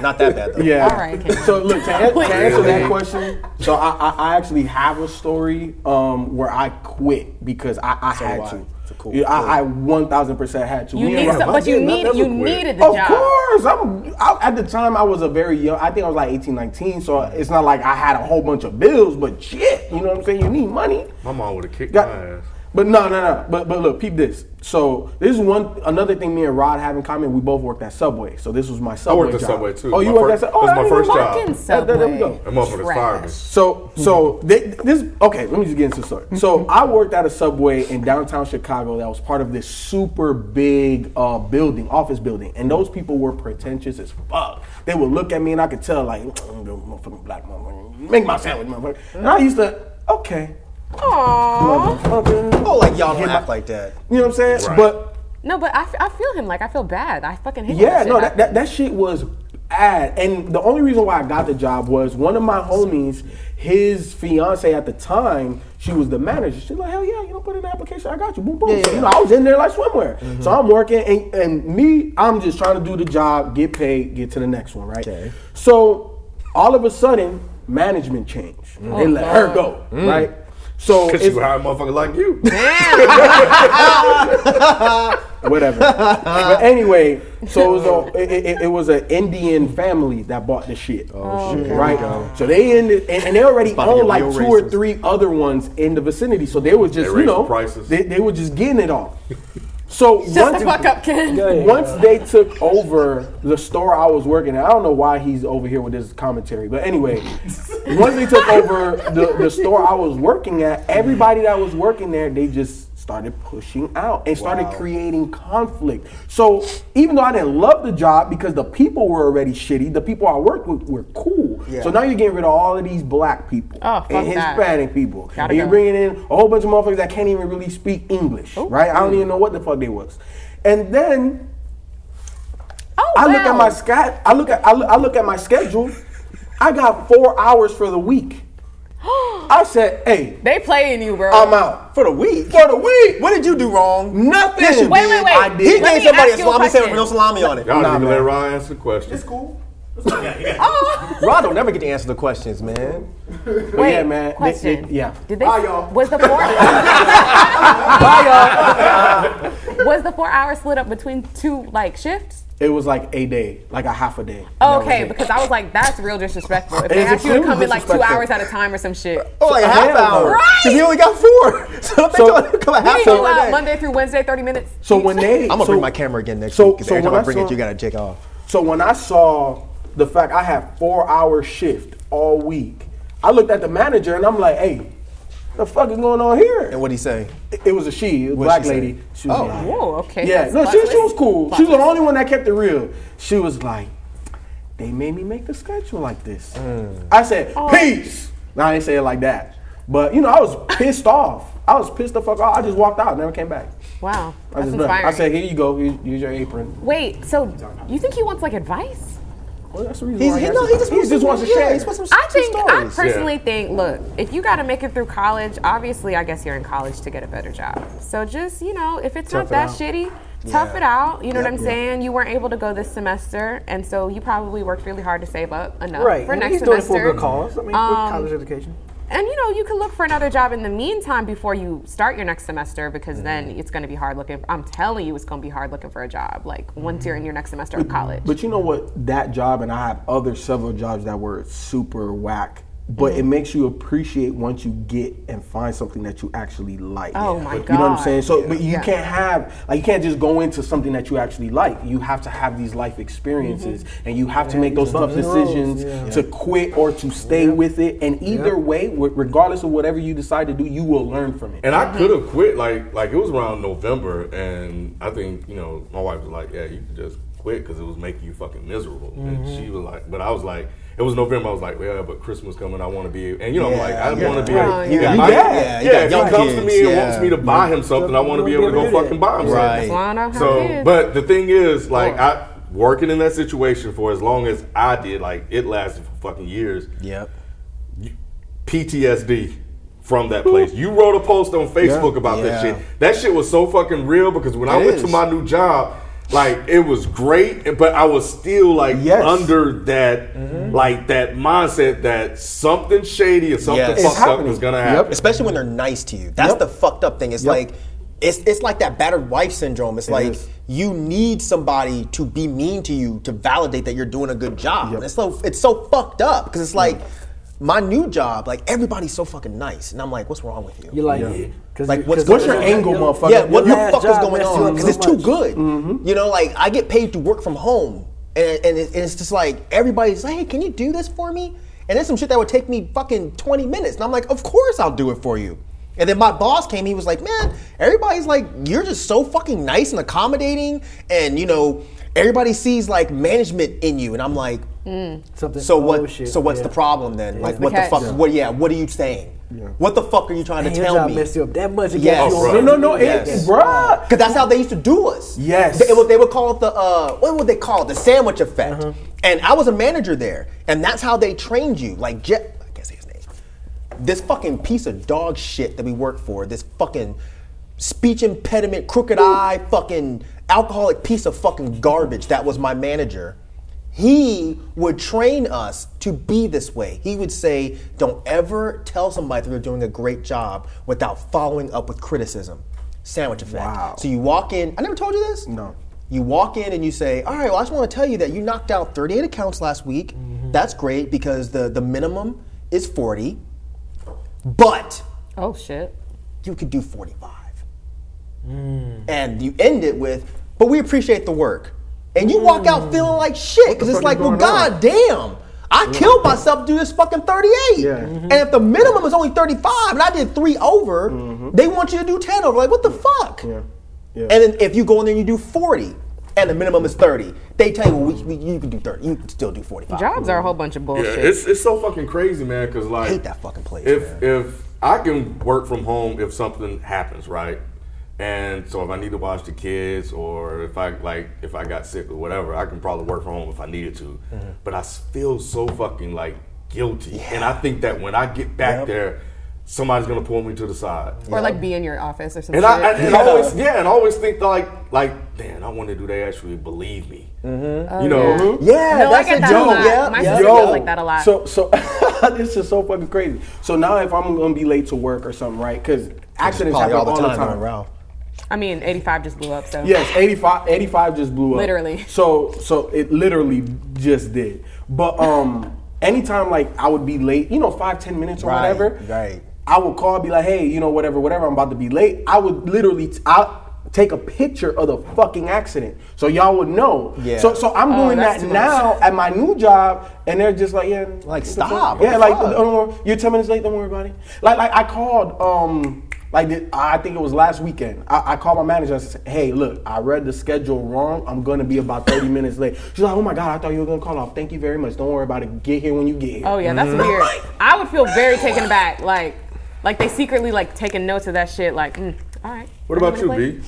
S6: Not that bad though.
S7: yeah.
S4: All right, Ken.
S7: So look, to, an- to
S4: Please.
S7: answer that question, so I, I, I actually have a story um, where I quit because I, I had
S6: why?
S7: to.
S6: It's a cool-
S7: Yeah, I, I one thousand percent had to.
S4: you
S7: Me and
S4: need,
S7: Rob-
S4: some, but you
S2: didn't- I
S4: need,
S2: never
S4: you
S2: quit.
S4: needed the
S7: Of
S4: job.
S7: course, I'm I, at the time I was a very young. I think I was like 18, 19, So it's not like I had a whole bunch of bills, but shit, you know what I'm saying? You need money.
S2: My mom would have kicked
S7: Got-
S2: my ass.
S7: But no, no, no. But but look, peep this. So this is one another thing me and Rod have in common. We both worked at Subway. So this was my Subway.
S2: worked at
S7: job.
S2: Subway, too.
S7: Oh, you
S2: My
S7: worked
S2: first-
S7: at Subway. Oh,
S2: that's
S7: I
S2: my
S7: didn't
S2: first
S7: know
S2: job.
S7: that.
S4: Fucking
S7: That- that- there we go.
S4: Subway.
S2: That motherfucker's fired me.
S7: So so they, this okay. Let me just get into the story. So I worked at a Subway in downtown Chicago that was part of this super big uh, building, office building, and those people were pretentious as fuck. They would look at me and I could tell like, "Mm, motherfucking black motherfucker, make my sandwich, motherfucker. And I used to okay,
S4: Aww.
S7: okay.
S6: Oh, like y'all don't act like that.
S7: You know what I'm saying?
S2: Right.
S7: But
S4: No, but I, f- I feel him. Like I feel bad. I fucking hate.
S7: Yeah,
S4: that
S7: no,
S4: shit.
S7: that, that, that shit was bad. And the only reason why I got the job was one of my homies, his fiance at the time, she was the manager. She's like, hell yeah, you know, put in an application, I got you. Boom, boom.
S6: Yeah,
S7: So,
S6: yeah, Mm-hmm.
S7: you
S6: yeah.
S7: know, I was in there like swimwear. So I'm working, and, and me, I'm just trying to do the job, get paid, get to the next one, right?
S6: Okay.
S7: So all of a sudden, management changed.
S6: Oh,
S7: They let her go, right?
S2: Mm.
S7: So
S2: Because
S7: it's-
S2: you hired a motherfucker like you.
S7: whatever. but anyway, so it was, a, it, it- it was an Indian family that bought the shit. Oh shit! Right. So they ended, and, and they already
S6: to
S7: owned
S6: get
S7: like
S6: real
S7: two or
S6: racist.
S7: three other ones in the vicinity. So they were just, you
S2: raised the
S7: know,
S2: prices.
S7: They, they were just getting it all. So
S4: Shut the fuck up, Ken.
S7: once they took over the store I was working at, I don't know why he's over here with this commentary, but anyway, once they took over the, the store I was working at, everybody that was working there, they just started pushing out and started creating conflict. So even though I didn't love the job because the people were already shitty, the people I worked with were cool. So now you're getting rid of all of these black people
S4: Oh, fuck
S7: and
S4: that.
S7: Hispanic people.
S4: Gotta
S7: and you're
S4: go.
S7: bringing in a whole bunch of motherfuckers that can't even really speak English,
S6: Oh.
S7: right? I don't even know what the fuck they was. And then
S4: Oh,
S7: I look
S4: wow.
S7: at my scat. I look at I look, I look at my schedule. I got four hours for the week. I said, "Hey,
S4: They playing you, bro.
S7: I'm out
S6: For the week.
S7: for the week.
S6: What did you do wrong?
S7: Nothing.
S6: Yes, you
S4: Wait,
S6: did.
S4: wait, wait.
S7: I
S6: He
S7: did.
S4: Let
S6: gave
S4: me
S6: somebody a
S4: ask you a
S6: salami sandwich with no
S4: question.
S6: salami on it.
S2: Y'all
S7: Nah,
S2: need to
S7: man.
S2: let Ryan answer the question. It's cool.
S4: Oh.
S6: Rod don't never get to answer the questions, man.
S7: Wait,
S4: Wait,
S7: yeah, man. They- they-
S4: Question.
S7: yeah.
S4: Did they? Was the four? was the four hours split up between two like shifts?
S7: It was like a day, like a half a day. And that was
S4: Okay,
S7: it.
S4: because I was like, that's real disrespectful. If
S7: It
S4: they
S7: is
S4: asked you to
S7: extremely
S4: come in like two
S7: disrespectful.
S4: hours at a time or some shit.
S6: Oh, like a half
S7: hell no.
S6: hour.
S4: Right.
S6: Because he only got four. So they
S7: So-
S6: told him to come a
S4: We
S6: half
S4: go
S6: hour a
S4: out
S6: day.
S4: Monday through Wednesday, thirty minutes.
S7: So when they,
S6: I'm gonna
S7: so-
S6: bring my camera again next
S7: so-
S6: week. Because
S7: so
S6: every time
S7: when
S6: I bring
S7: saw-
S6: it, you gotta take off.
S7: So when I saw the fact I had four hour shift all week, I looked at the manager and I'm like, "Hey, the fuck is going on here?"
S6: And what'd he say?
S7: It- It was a she, a black
S6: she say?
S7: lady. She was
S6: Oh.
S7: like,
S4: Whoa, okay.
S7: Yeah,
S4: That's
S7: no, she, she
S4: spotless.
S7: was cool. She was the only one that kept it real. She was like, they made me make the schedule like this.
S6: Mm.
S7: I said,
S4: Oh.
S7: peace. No, I didn't say it like that. But, you know, I was pissed off. I was pissed the fuck off. I just walked out, never came back.
S4: Wow,
S7: I,
S4: that's
S7: just left.
S4: inspiring.
S7: I said, here you go, use, use your apron.
S4: wait. So you think he wants like advice?
S7: Well, that's the reason
S6: He's,
S7: why
S6: he,
S7: has
S6: no,
S7: to-
S6: he just wants
S7: wants to
S6: yeah,
S7: share.
S6: He just wants some,
S4: I
S6: some
S4: think I
S6: stories.
S4: personally think look, if you got to make it through college, obviously I guess you're in college to get a better job. So just, you know, if it's
S6: Tough
S4: not
S6: it
S4: that
S6: out.
S4: shitty, tough
S6: Yeah.
S4: it out. You know what
S6: Yep,
S4: I'm
S6: yep.
S4: saying? You weren't able to go this semester, and so you probably worked really hard to save up enough
S5: Right.
S4: for
S5: He's
S4: next
S5: doing it
S4: semester.
S5: for a good cause. I mean, good
S4: Um,
S5: college education.
S4: And you know, you can look for another job in the meantime before you start your next semester because then it's going to be hard looking. I'm telling you, it's going to be hard looking for a job like once you're in your next semester of college.
S7: But you know what? That job, and I have other several jobs that were super whack. But
S4: Mm-hmm.
S7: it makes you appreciate once you get and find something that you actually like.
S4: Oh, my
S7: You know what I'm
S4: God.
S7: saying? So, but you
S4: Yeah.
S7: can't have like you can't just go into something that you actually like. You have to have these life experiences,
S4: Mm-hmm.
S7: and you have to make those tough decisions to quit or to stay with it. And either way, w- regardless of whatever you decide to do, you will learn from it.
S2: And I could have quit. Like like it was around November, and I think you know my wife was like, "Yeah, you could just quit because it was making you fucking miserable." And she was like, "But I was like." It was November. I was like, "Yeah, but Christmas coming. I want to be." And you know, I'm like, "I
S6: yeah.
S2: want to be."
S4: Oh,
S2: able-
S4: You
S6: got-
S2: my-
S6: you
S2: yeah,
S6: got- you got
S2: if
S6: young
S2: he comes to
S6: kids,
S2: me and
S6: yeah.
S2: wants me to buy him something, I want to be able to go fucking buy him something.
S6: Right.
S4: That's why I don't have
S2: So,
S4: kids.
S2: but the thing is, like, I working in that situation for as long as I did, like, it lasted for fucking years.
S6: Yep.
S2: PTSD from that place. You wrote a post on Facebook about that
S6: Yeah.
S2: shit. That shit was so fucking real because when I
S6: It
S2: went to
S6: is.
S2: my new job, like it was great, but I was still like
S7: Yes.
S2: under that,
S6: Mm-hmm.
S2: like that mindset that something shady or something
S6: Yes. It's
S2: fucked up
S7: happening.
S2: was gonna
S7: Yep.
S2: happen.
S6: especially when they're nice to you. That's
S7: Yep.
S6: the fucked up thing. It's
S7: Yep.
S6: like it's it's like that battered wife syndrome. It's like
S7: is.
S6: you need somebody to be mean to you to validate that you're doing a good job.
S7: Yep.
S6: It's so it's so fucked up because it's like my new job. Like everybody's so fucking nice, and I'm like, what's wrong with you?
S5: You're like,
S7: Yeah.
S5: 'cause
S6: Like,
S5: you-
S6: what's-
S5: 'cause
S7: what's
S5: of-
S7: your angle, motherfucker?
S6: Yeah, what the
S5: Your last
S6: fuck is
S5: job
S6: going
S5: messed you
S6: on?
S5: up
S6: Because
S5: so
S6: it's too
S5: much.
S6: good. You know, like I get paid to work from home, and, and, it- and it's just like everybody's like, "Hey, can you do this for me?" And there's some shit that would take me fucking 20 minutes, and I'm like, "Of course I'll do it for you." And then my boss came, he was like, "Man, everybody's like, you're just so fucking nice and accommodating, and you know, everybody sees like management in you." And I'm like,
S5: Something.
S6: "So
S5: oh,
S6: what?
S5: shit,
S6: so what's
S5: yeah.
S6: the problem then? Like, what
S4: Okay.
S6: the fuck?
S4: Yeah.
S6: What? Yeah, what are you saying? What the fuck are you trying
S5: Man,
S6: to
S5: your
S6: tell
S5: job
S6: me?"
S5: messed you up that much. it got
S6: Yes.
S5: you on
S6: Right.
S7: No, no, no, it,
S6: Yes.
S7: bruh.
S6: Because that's how they used to do us.
S7: Yes.
S6: They, they would call it the, uh, what would they call it? The sandwich effect. And I was a manager there, and that's how they trained you. Like, Je- I can't say his name. This fucking piece of dog shit that we work for, this fucking speech impediment, crooked eye, fucking alcoholic piece of fucking garbage that was my manager. He would train us to be this way. He would say, Don't ever tell somebody that they're doing a great job without following up with criticism. Sandwich effect.
S7: Wow.
S6: So you walk in, I never told you this?
S7: No.
S6: You walk in and you say, All right, well, I just want to tell you that you knocked out 38 accounts last week.
S7: Mm-hmm.
S6: That's great because the, the minimum is 40, but
S4: oh shit.
S6: you could do 45.
S7: Hmm.
S6: And you end it with, but we appreciate the work. And you walk out feeling like shit because it's
S7: Hmm.
S6: like,
S7: fuck is
S6: well,
S7: going on?
S6: goddamn, I killed myself doing this fucking 38.
S7: Yeah.
S6: And if the minimum is only 35 and I did three over, they want you to do 10 over. Like, what the fuck?
S7: Mm-hmm. Yeah. Yeah.
S6: And then if you go in there and you do 40 and the minimum is 30, they tell you, well, we, we, you can do 30. You can still do 45.
S4: Jobs are a whole bunch of
S2: Yeah,
S4: bullshit.
S2: it's it's so fucking crazy, man. Because like,
S6: hate that fucking place,
S2: If if I can work from home if something happens, right? And so if I need to watch the kids or if I like if I got sick or whatever, I can probably work from home if I needed to. But I s- feel so fucking like guilty, and I think that when I get back
S6: Yep.
S2: there, somebody's gonna pull me to the side.
S4: or like be in your office or something.
S2: And I, and, and I always yeah, and I always think like like man, I wonder do they actually believe me? You know,
S6: Yeah,
S4: No, I
S6: that's
S4: get
S6: a
S4: that a
S6: joke.
S4: lot.
S6: Yeah,
S4: My
S6: yeah.
S4: sister feels like that a lot.
S7: So, so this is so fucking crazy. So now, if I'm gonna be late to work or something, right? Because accidents
S6: Probably
S7: happen
S6: all the time,
S7: all the time.
S6: Ralph.
S4: I mean, 85 just blew up. So
S7: Yes, 85, 85 just blew up.
S4: Literally.
S7: So so it literally just did. But um anytime like I would be late, you know, five, ten minutes or
S6: Right,
S7: whatever.
S6: right.
S7: I would call, be like, hey, you know, whatever, whatever, I'm about to be late. I would literally t- I take a picture of the fucking accident. So y'all would know.
S6: Yeah.
S7: So so I'm doing
S4: Oh, that's
S7: that
S4: too much.
S7: now at my new job and they're just like, yeah. what the fuck?
S6: stop,
S7: Yeah,
S6: what
S7: like
S6: the fuck?
S7: don't worry, you're ten minutes late, don't worry about it. Like like I called um like the, I think it was last weekend. I, I called my manager. I said, "Hey, look, I read the schedule wrong. I'm gonna be about 30 minutes late." She's like, "Oh my god, I thought you were gonna call off. Thank you very much. Don't worry about it. Get here when you get here."
S4: Oh yeah,
S5: Mm-hmm.
S4: that's weird. I would feel very taken aback, like like they secretly like taking notes of that shit. Like, mm, all right.
S2: What about you, B?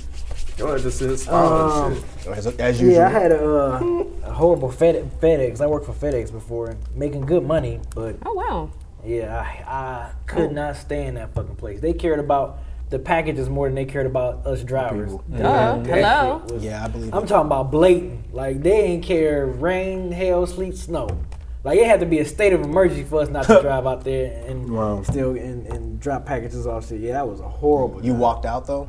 S2: Your ass just sitting smiling and shit.
S6: As, as usual.
S5: Yeah, I had a, uh, a horrible Fed- FedEx. I worked for FedEx before, making good money, but
S4: Oh wow.
S5: yeah, I, I could not stand that fucking place. They cared about the packages more than they cared about us drivers.
S4: Duh. Hello.
S5: It was-
S6: Yeah, I believe
S5: I'm
S6: it.
S5: talking about blatant. Like they ain't care rain, hail, sleet, snow. Like it had to be a state of emergency for us not to drive out there and
S7: Wow.
S5: still and, and drop packages off. Shit, yeah, that was a horrible.
S6: you
S5: job.
S6: walked out though.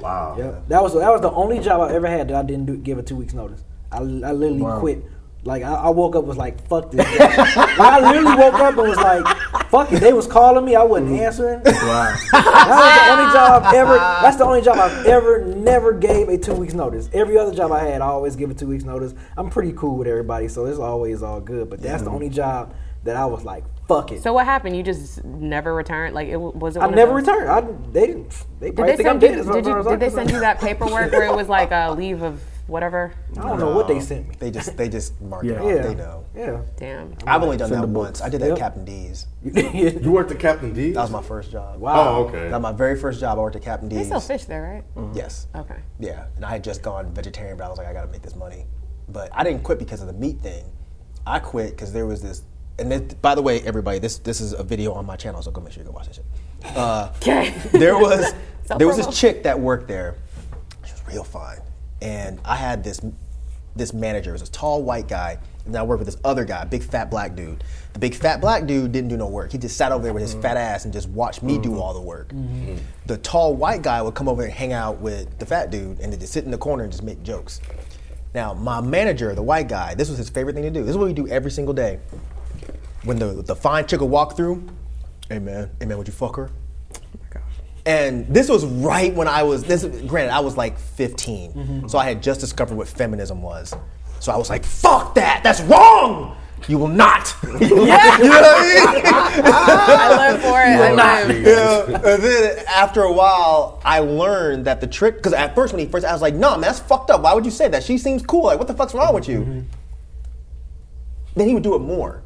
S2: Wow.
S5: Yep. That was that was the only job I ever had that I didn't do, give a two weeks notice. I, I literally
S7: Wow.
S5: quit. Like I, I woke up was like fuck this. job. like I literally woke up and was like fuck it. They was calling me. I wasn't answering.
S7: Mm-hmm. Wow.
S5: That was the only job I've ever. That's the only job I've ever never gave a two weeks notice. Every other job I had, I always give a two weeks notice. I'm pretty cool with everybody, so it's always all good. But
S7: Mm-hmm.
S5: that's the only job that I was like fuck it.
S4: So what happened? You just never returned? Like it w- was it?
S5: I
S4: one of
S5: never
S4: those-
S5: returned. I they didn't. They
S4: Did
S5: probably
S4: they
S5: think
S4: send
S5: I'm dead.
S4: you?
S5: as far
S4: Did, you,
S5: as I'm
S4: did they send
S5: concerned.
S4: you that paperwork where it was like a leave of whatever?
S5: I don't know what they sent me.
S6: They just they just mark it
S7: Yeah.
S6: off.
S5: Yeah.
S6: Oh, They know.
S5: Yeah.
S4: Damn.
S6: I've only done
S7: Send
S6: that
S7: the
S6: once.
S7: books.
S6: I did that
S5: Yep.
S6: at Captain D's.
S2: You worked at Captain D.
S6: That was my first job.
S2: Oh, okay.
S6: That was my very first job. I worked at Captain D's.
S4: They sell fish there,
S5: Mm.
S4: right?
S6: Yes.
S4: Okay.
S6: Yeah, and I had just gone vegetarian, but I was like, I gotta make this money. But I didn't quit because of the meat thing. I quit because there was this. And it, by the way, everybody, this this is a video on my channel, so go make sure you go watch that shit. Uh,
S4: Okay.
S6: there was there was
S4: Self-promo.
S6: this chick that worked there. She was real fine, and I had this this manager. It was a tall white guy, and I worked with this other guy, big fat black dude. The big fat black dude didn't do no work. He just sat over there with his fat ass and just watched me do all the work. The tall white guy would come over and hang out with the fat dude, and they just sit in the corner and just make jokes. Now, my manager, the white guy, this was his favorite thing to do. This is what we do every single day. When the, the fine chick would walk through, hey man, hey man, would you fuck her? And this was right when I was this. Granted, I was like 15, so I had just discovered what feminism was. So I was like, "Fuck that! That's wrong! You will not." you know what I mean?
S4: I live for it. I live.
S6: Yeah. And then after a while, I learned that the trick. Because at first, when he first, I was like, "No, man, that's fucked up. Why would you say that? She seems cool. Like, what the fuck's wrong with you?" Then he would do it more.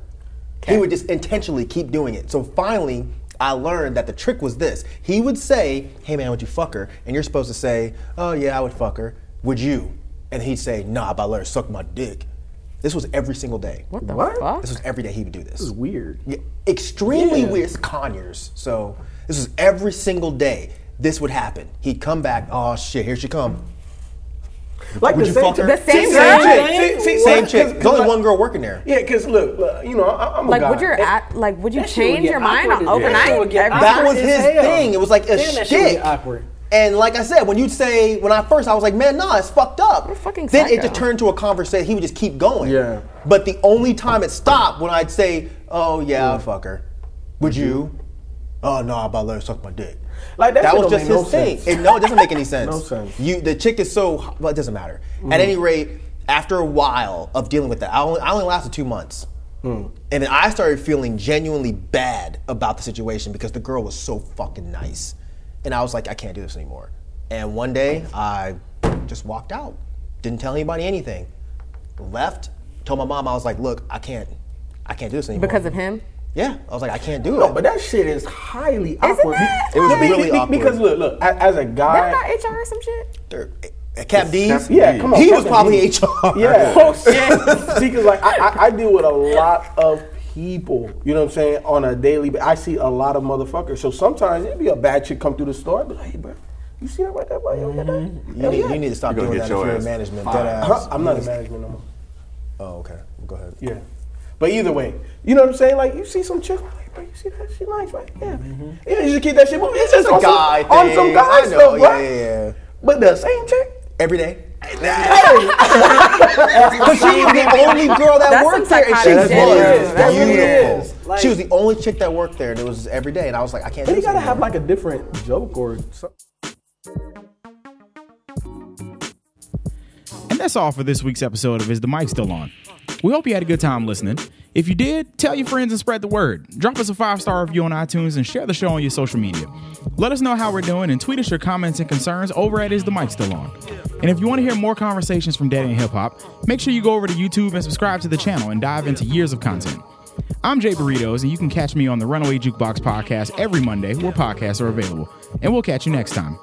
S6: He would just intentionally keep doing it. So finally, I learned that the trick was this. He would say, "Hey, man, would you fuck her?" And you're supposed to say, "Oh yeah, I would fuck her. Would you?" And he'd say, "Nah, but I let her suck my dick." This was every single day.
S4: What the
S7: What?
S4: fuck?
S6: This was every day he would do this.
S7: Weird.
S6: Yeah, extremely weird. It's Conyers. So this is every single day. This would happen. He'd come back. Oh shit! Here she come.
S7: Like
S6: Would
S7: the
S6: you
S7: same
S6: fuck her?
S7: chick-
S4: The same
S7: chick.
S4: guy?
S7: See- see-
S6: Same
S7: what?
S6: chick.
S7: 'Cause-
S6: There's only
S7: like-
S6: one girl working there.
S7: Yeah, because look, look, you know, I, am a
S4: Like
S7: guy.
S4: would your
S7: That-
S4: act, like would you
S5: that shit would
S4: change
S5: get
S4: your mind on
S5: awkward as- that shit
S4: overnight?
S5: would get
S4: Every-
S5: awkward.
S6: That was
S5: as
S6: his
S5: hell.
S6: thing. It was like a
S5: Then that shit would
S6: shtick.
S5: get awkward.
S6: And like I said, when you'd say, when I first, I was like, man, nah, it's fucked up.
S4: You're fucking
S6: then it
S4: psycho.
S6: just turned to a conversation. He would just keep going.
S7: Yeah.
S6: But the only time it stopped when I'd say, oh yeah, I'd fuck her. Would you? Oh no, I'm about to let her suck my dick.
S7: Like, that shit
S6: was
S7: don't
S6: just
S7: make no
S6: his thing.
S7: sense.
S6: It- no, it doesn't make any sense.
S7: No sense. Mm.
S6: You, the chick is so. Well, it doesn't matter. At any rate, after a while of dealing with that, I only, I only lasted two months.
S7: Mm.
S6: And then I started feeling genuinely bad about the situation because the girl was so fucking nice. And I was like, I can't do this anymore. And one day, I just walked out. Didn't tell anybody anything. Left. Told my mom, I was like, look, I can't, I can't do this anymore.
S4: because of him.
S6: Yeah, I was like, I can't do it.
S7: No, but that shit is highly awkward.
S4: it?
S6: It was
S7: Look, be-
S6: really
S7: be-
S6: awkward.
S7: Because look, look, a- as a
S4: That's
S7: guy,
S4: not HR or some shit.
S6: There- at uh, Cap D's,
S7: yeah, come on.
S6: he
S7: fuck
S6: was
S7: it.
S6: probably HR.
S7: Yeah. Oh shit. See, because like I, I, I deal with a lot of people. You know what I'm saying? On a daily, ba- I see a lot of motherfuckers. So sometimes it'd be a bad chick come through the store. I'd be like, hey, bro, you see that right there? Bro? You got
S6: You
S7: that? Hell
S6: need,
S7: yeah.
S6: Mm-hmm. you need to stop
S2: Oh, You're gonna
S6: doing that if
S2: get your
S6: you're in
S2: ass
S6: management.
S2: fired.
S6: Dead ass.
S7: Huh? I'm not in management no more.
S6: Oh, okay. Go ahead.
S7: Yeah. But either way, you know what I'm saying? Like you see some chick, like, bro, you see that? She nice, right? Yeah. Yeah, you just keep that shit moving. It's just
S6: Mm-hmm. a
S7: on some-
S6: guy
S7: on
S6: thing.
S7: some
S6: I
S7: guy
S6: know,
S7: stuff, bro.
S6: yeah, yeah, yeah.
S7: But the same chick.
S6: Every day. Because she was the only girl that
S4: That's
S6: worked
S4: some
S6: there, and she was
S4: psychotic
S7: shit. That's what it
S6: beautiful.
S7: is.
S6: she was the only chick that worked there, and it was every day. And I was like, I can't. do
S7: But you
S6: this
S7: gotta have
S6: anymore.
S7: like a different joke or something.
S1: And that's all for this week's episode of Is the Mic Still On? We hope you had a good time listening. If you did, tell your friends and spread the word. Drop us a five star review on iTunes and share the show on your social media. Let us know how we're doing and tweet us your comments and concerns over at Is the Mic Still On? And if you want to hear more conversations from Daddy and Hip Hop, make sure you go over to YouTube and subscribe to the channel and dive into years of content. I'm Jay Burritos, and you can catch me on the Runaway Jukebox podcast every Monday where podcasts are available. And we'll catch you next time.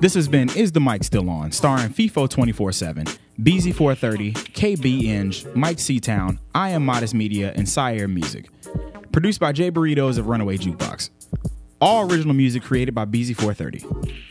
S1: This has been Is the Mic Still On? starring FIFO 24 7, BZ430, KB Inge, Mike Seatown, I Am Modest Media, and Sire Music. Produced by Jay Burritos of Runaway Jukebox. All original music created by BZ430.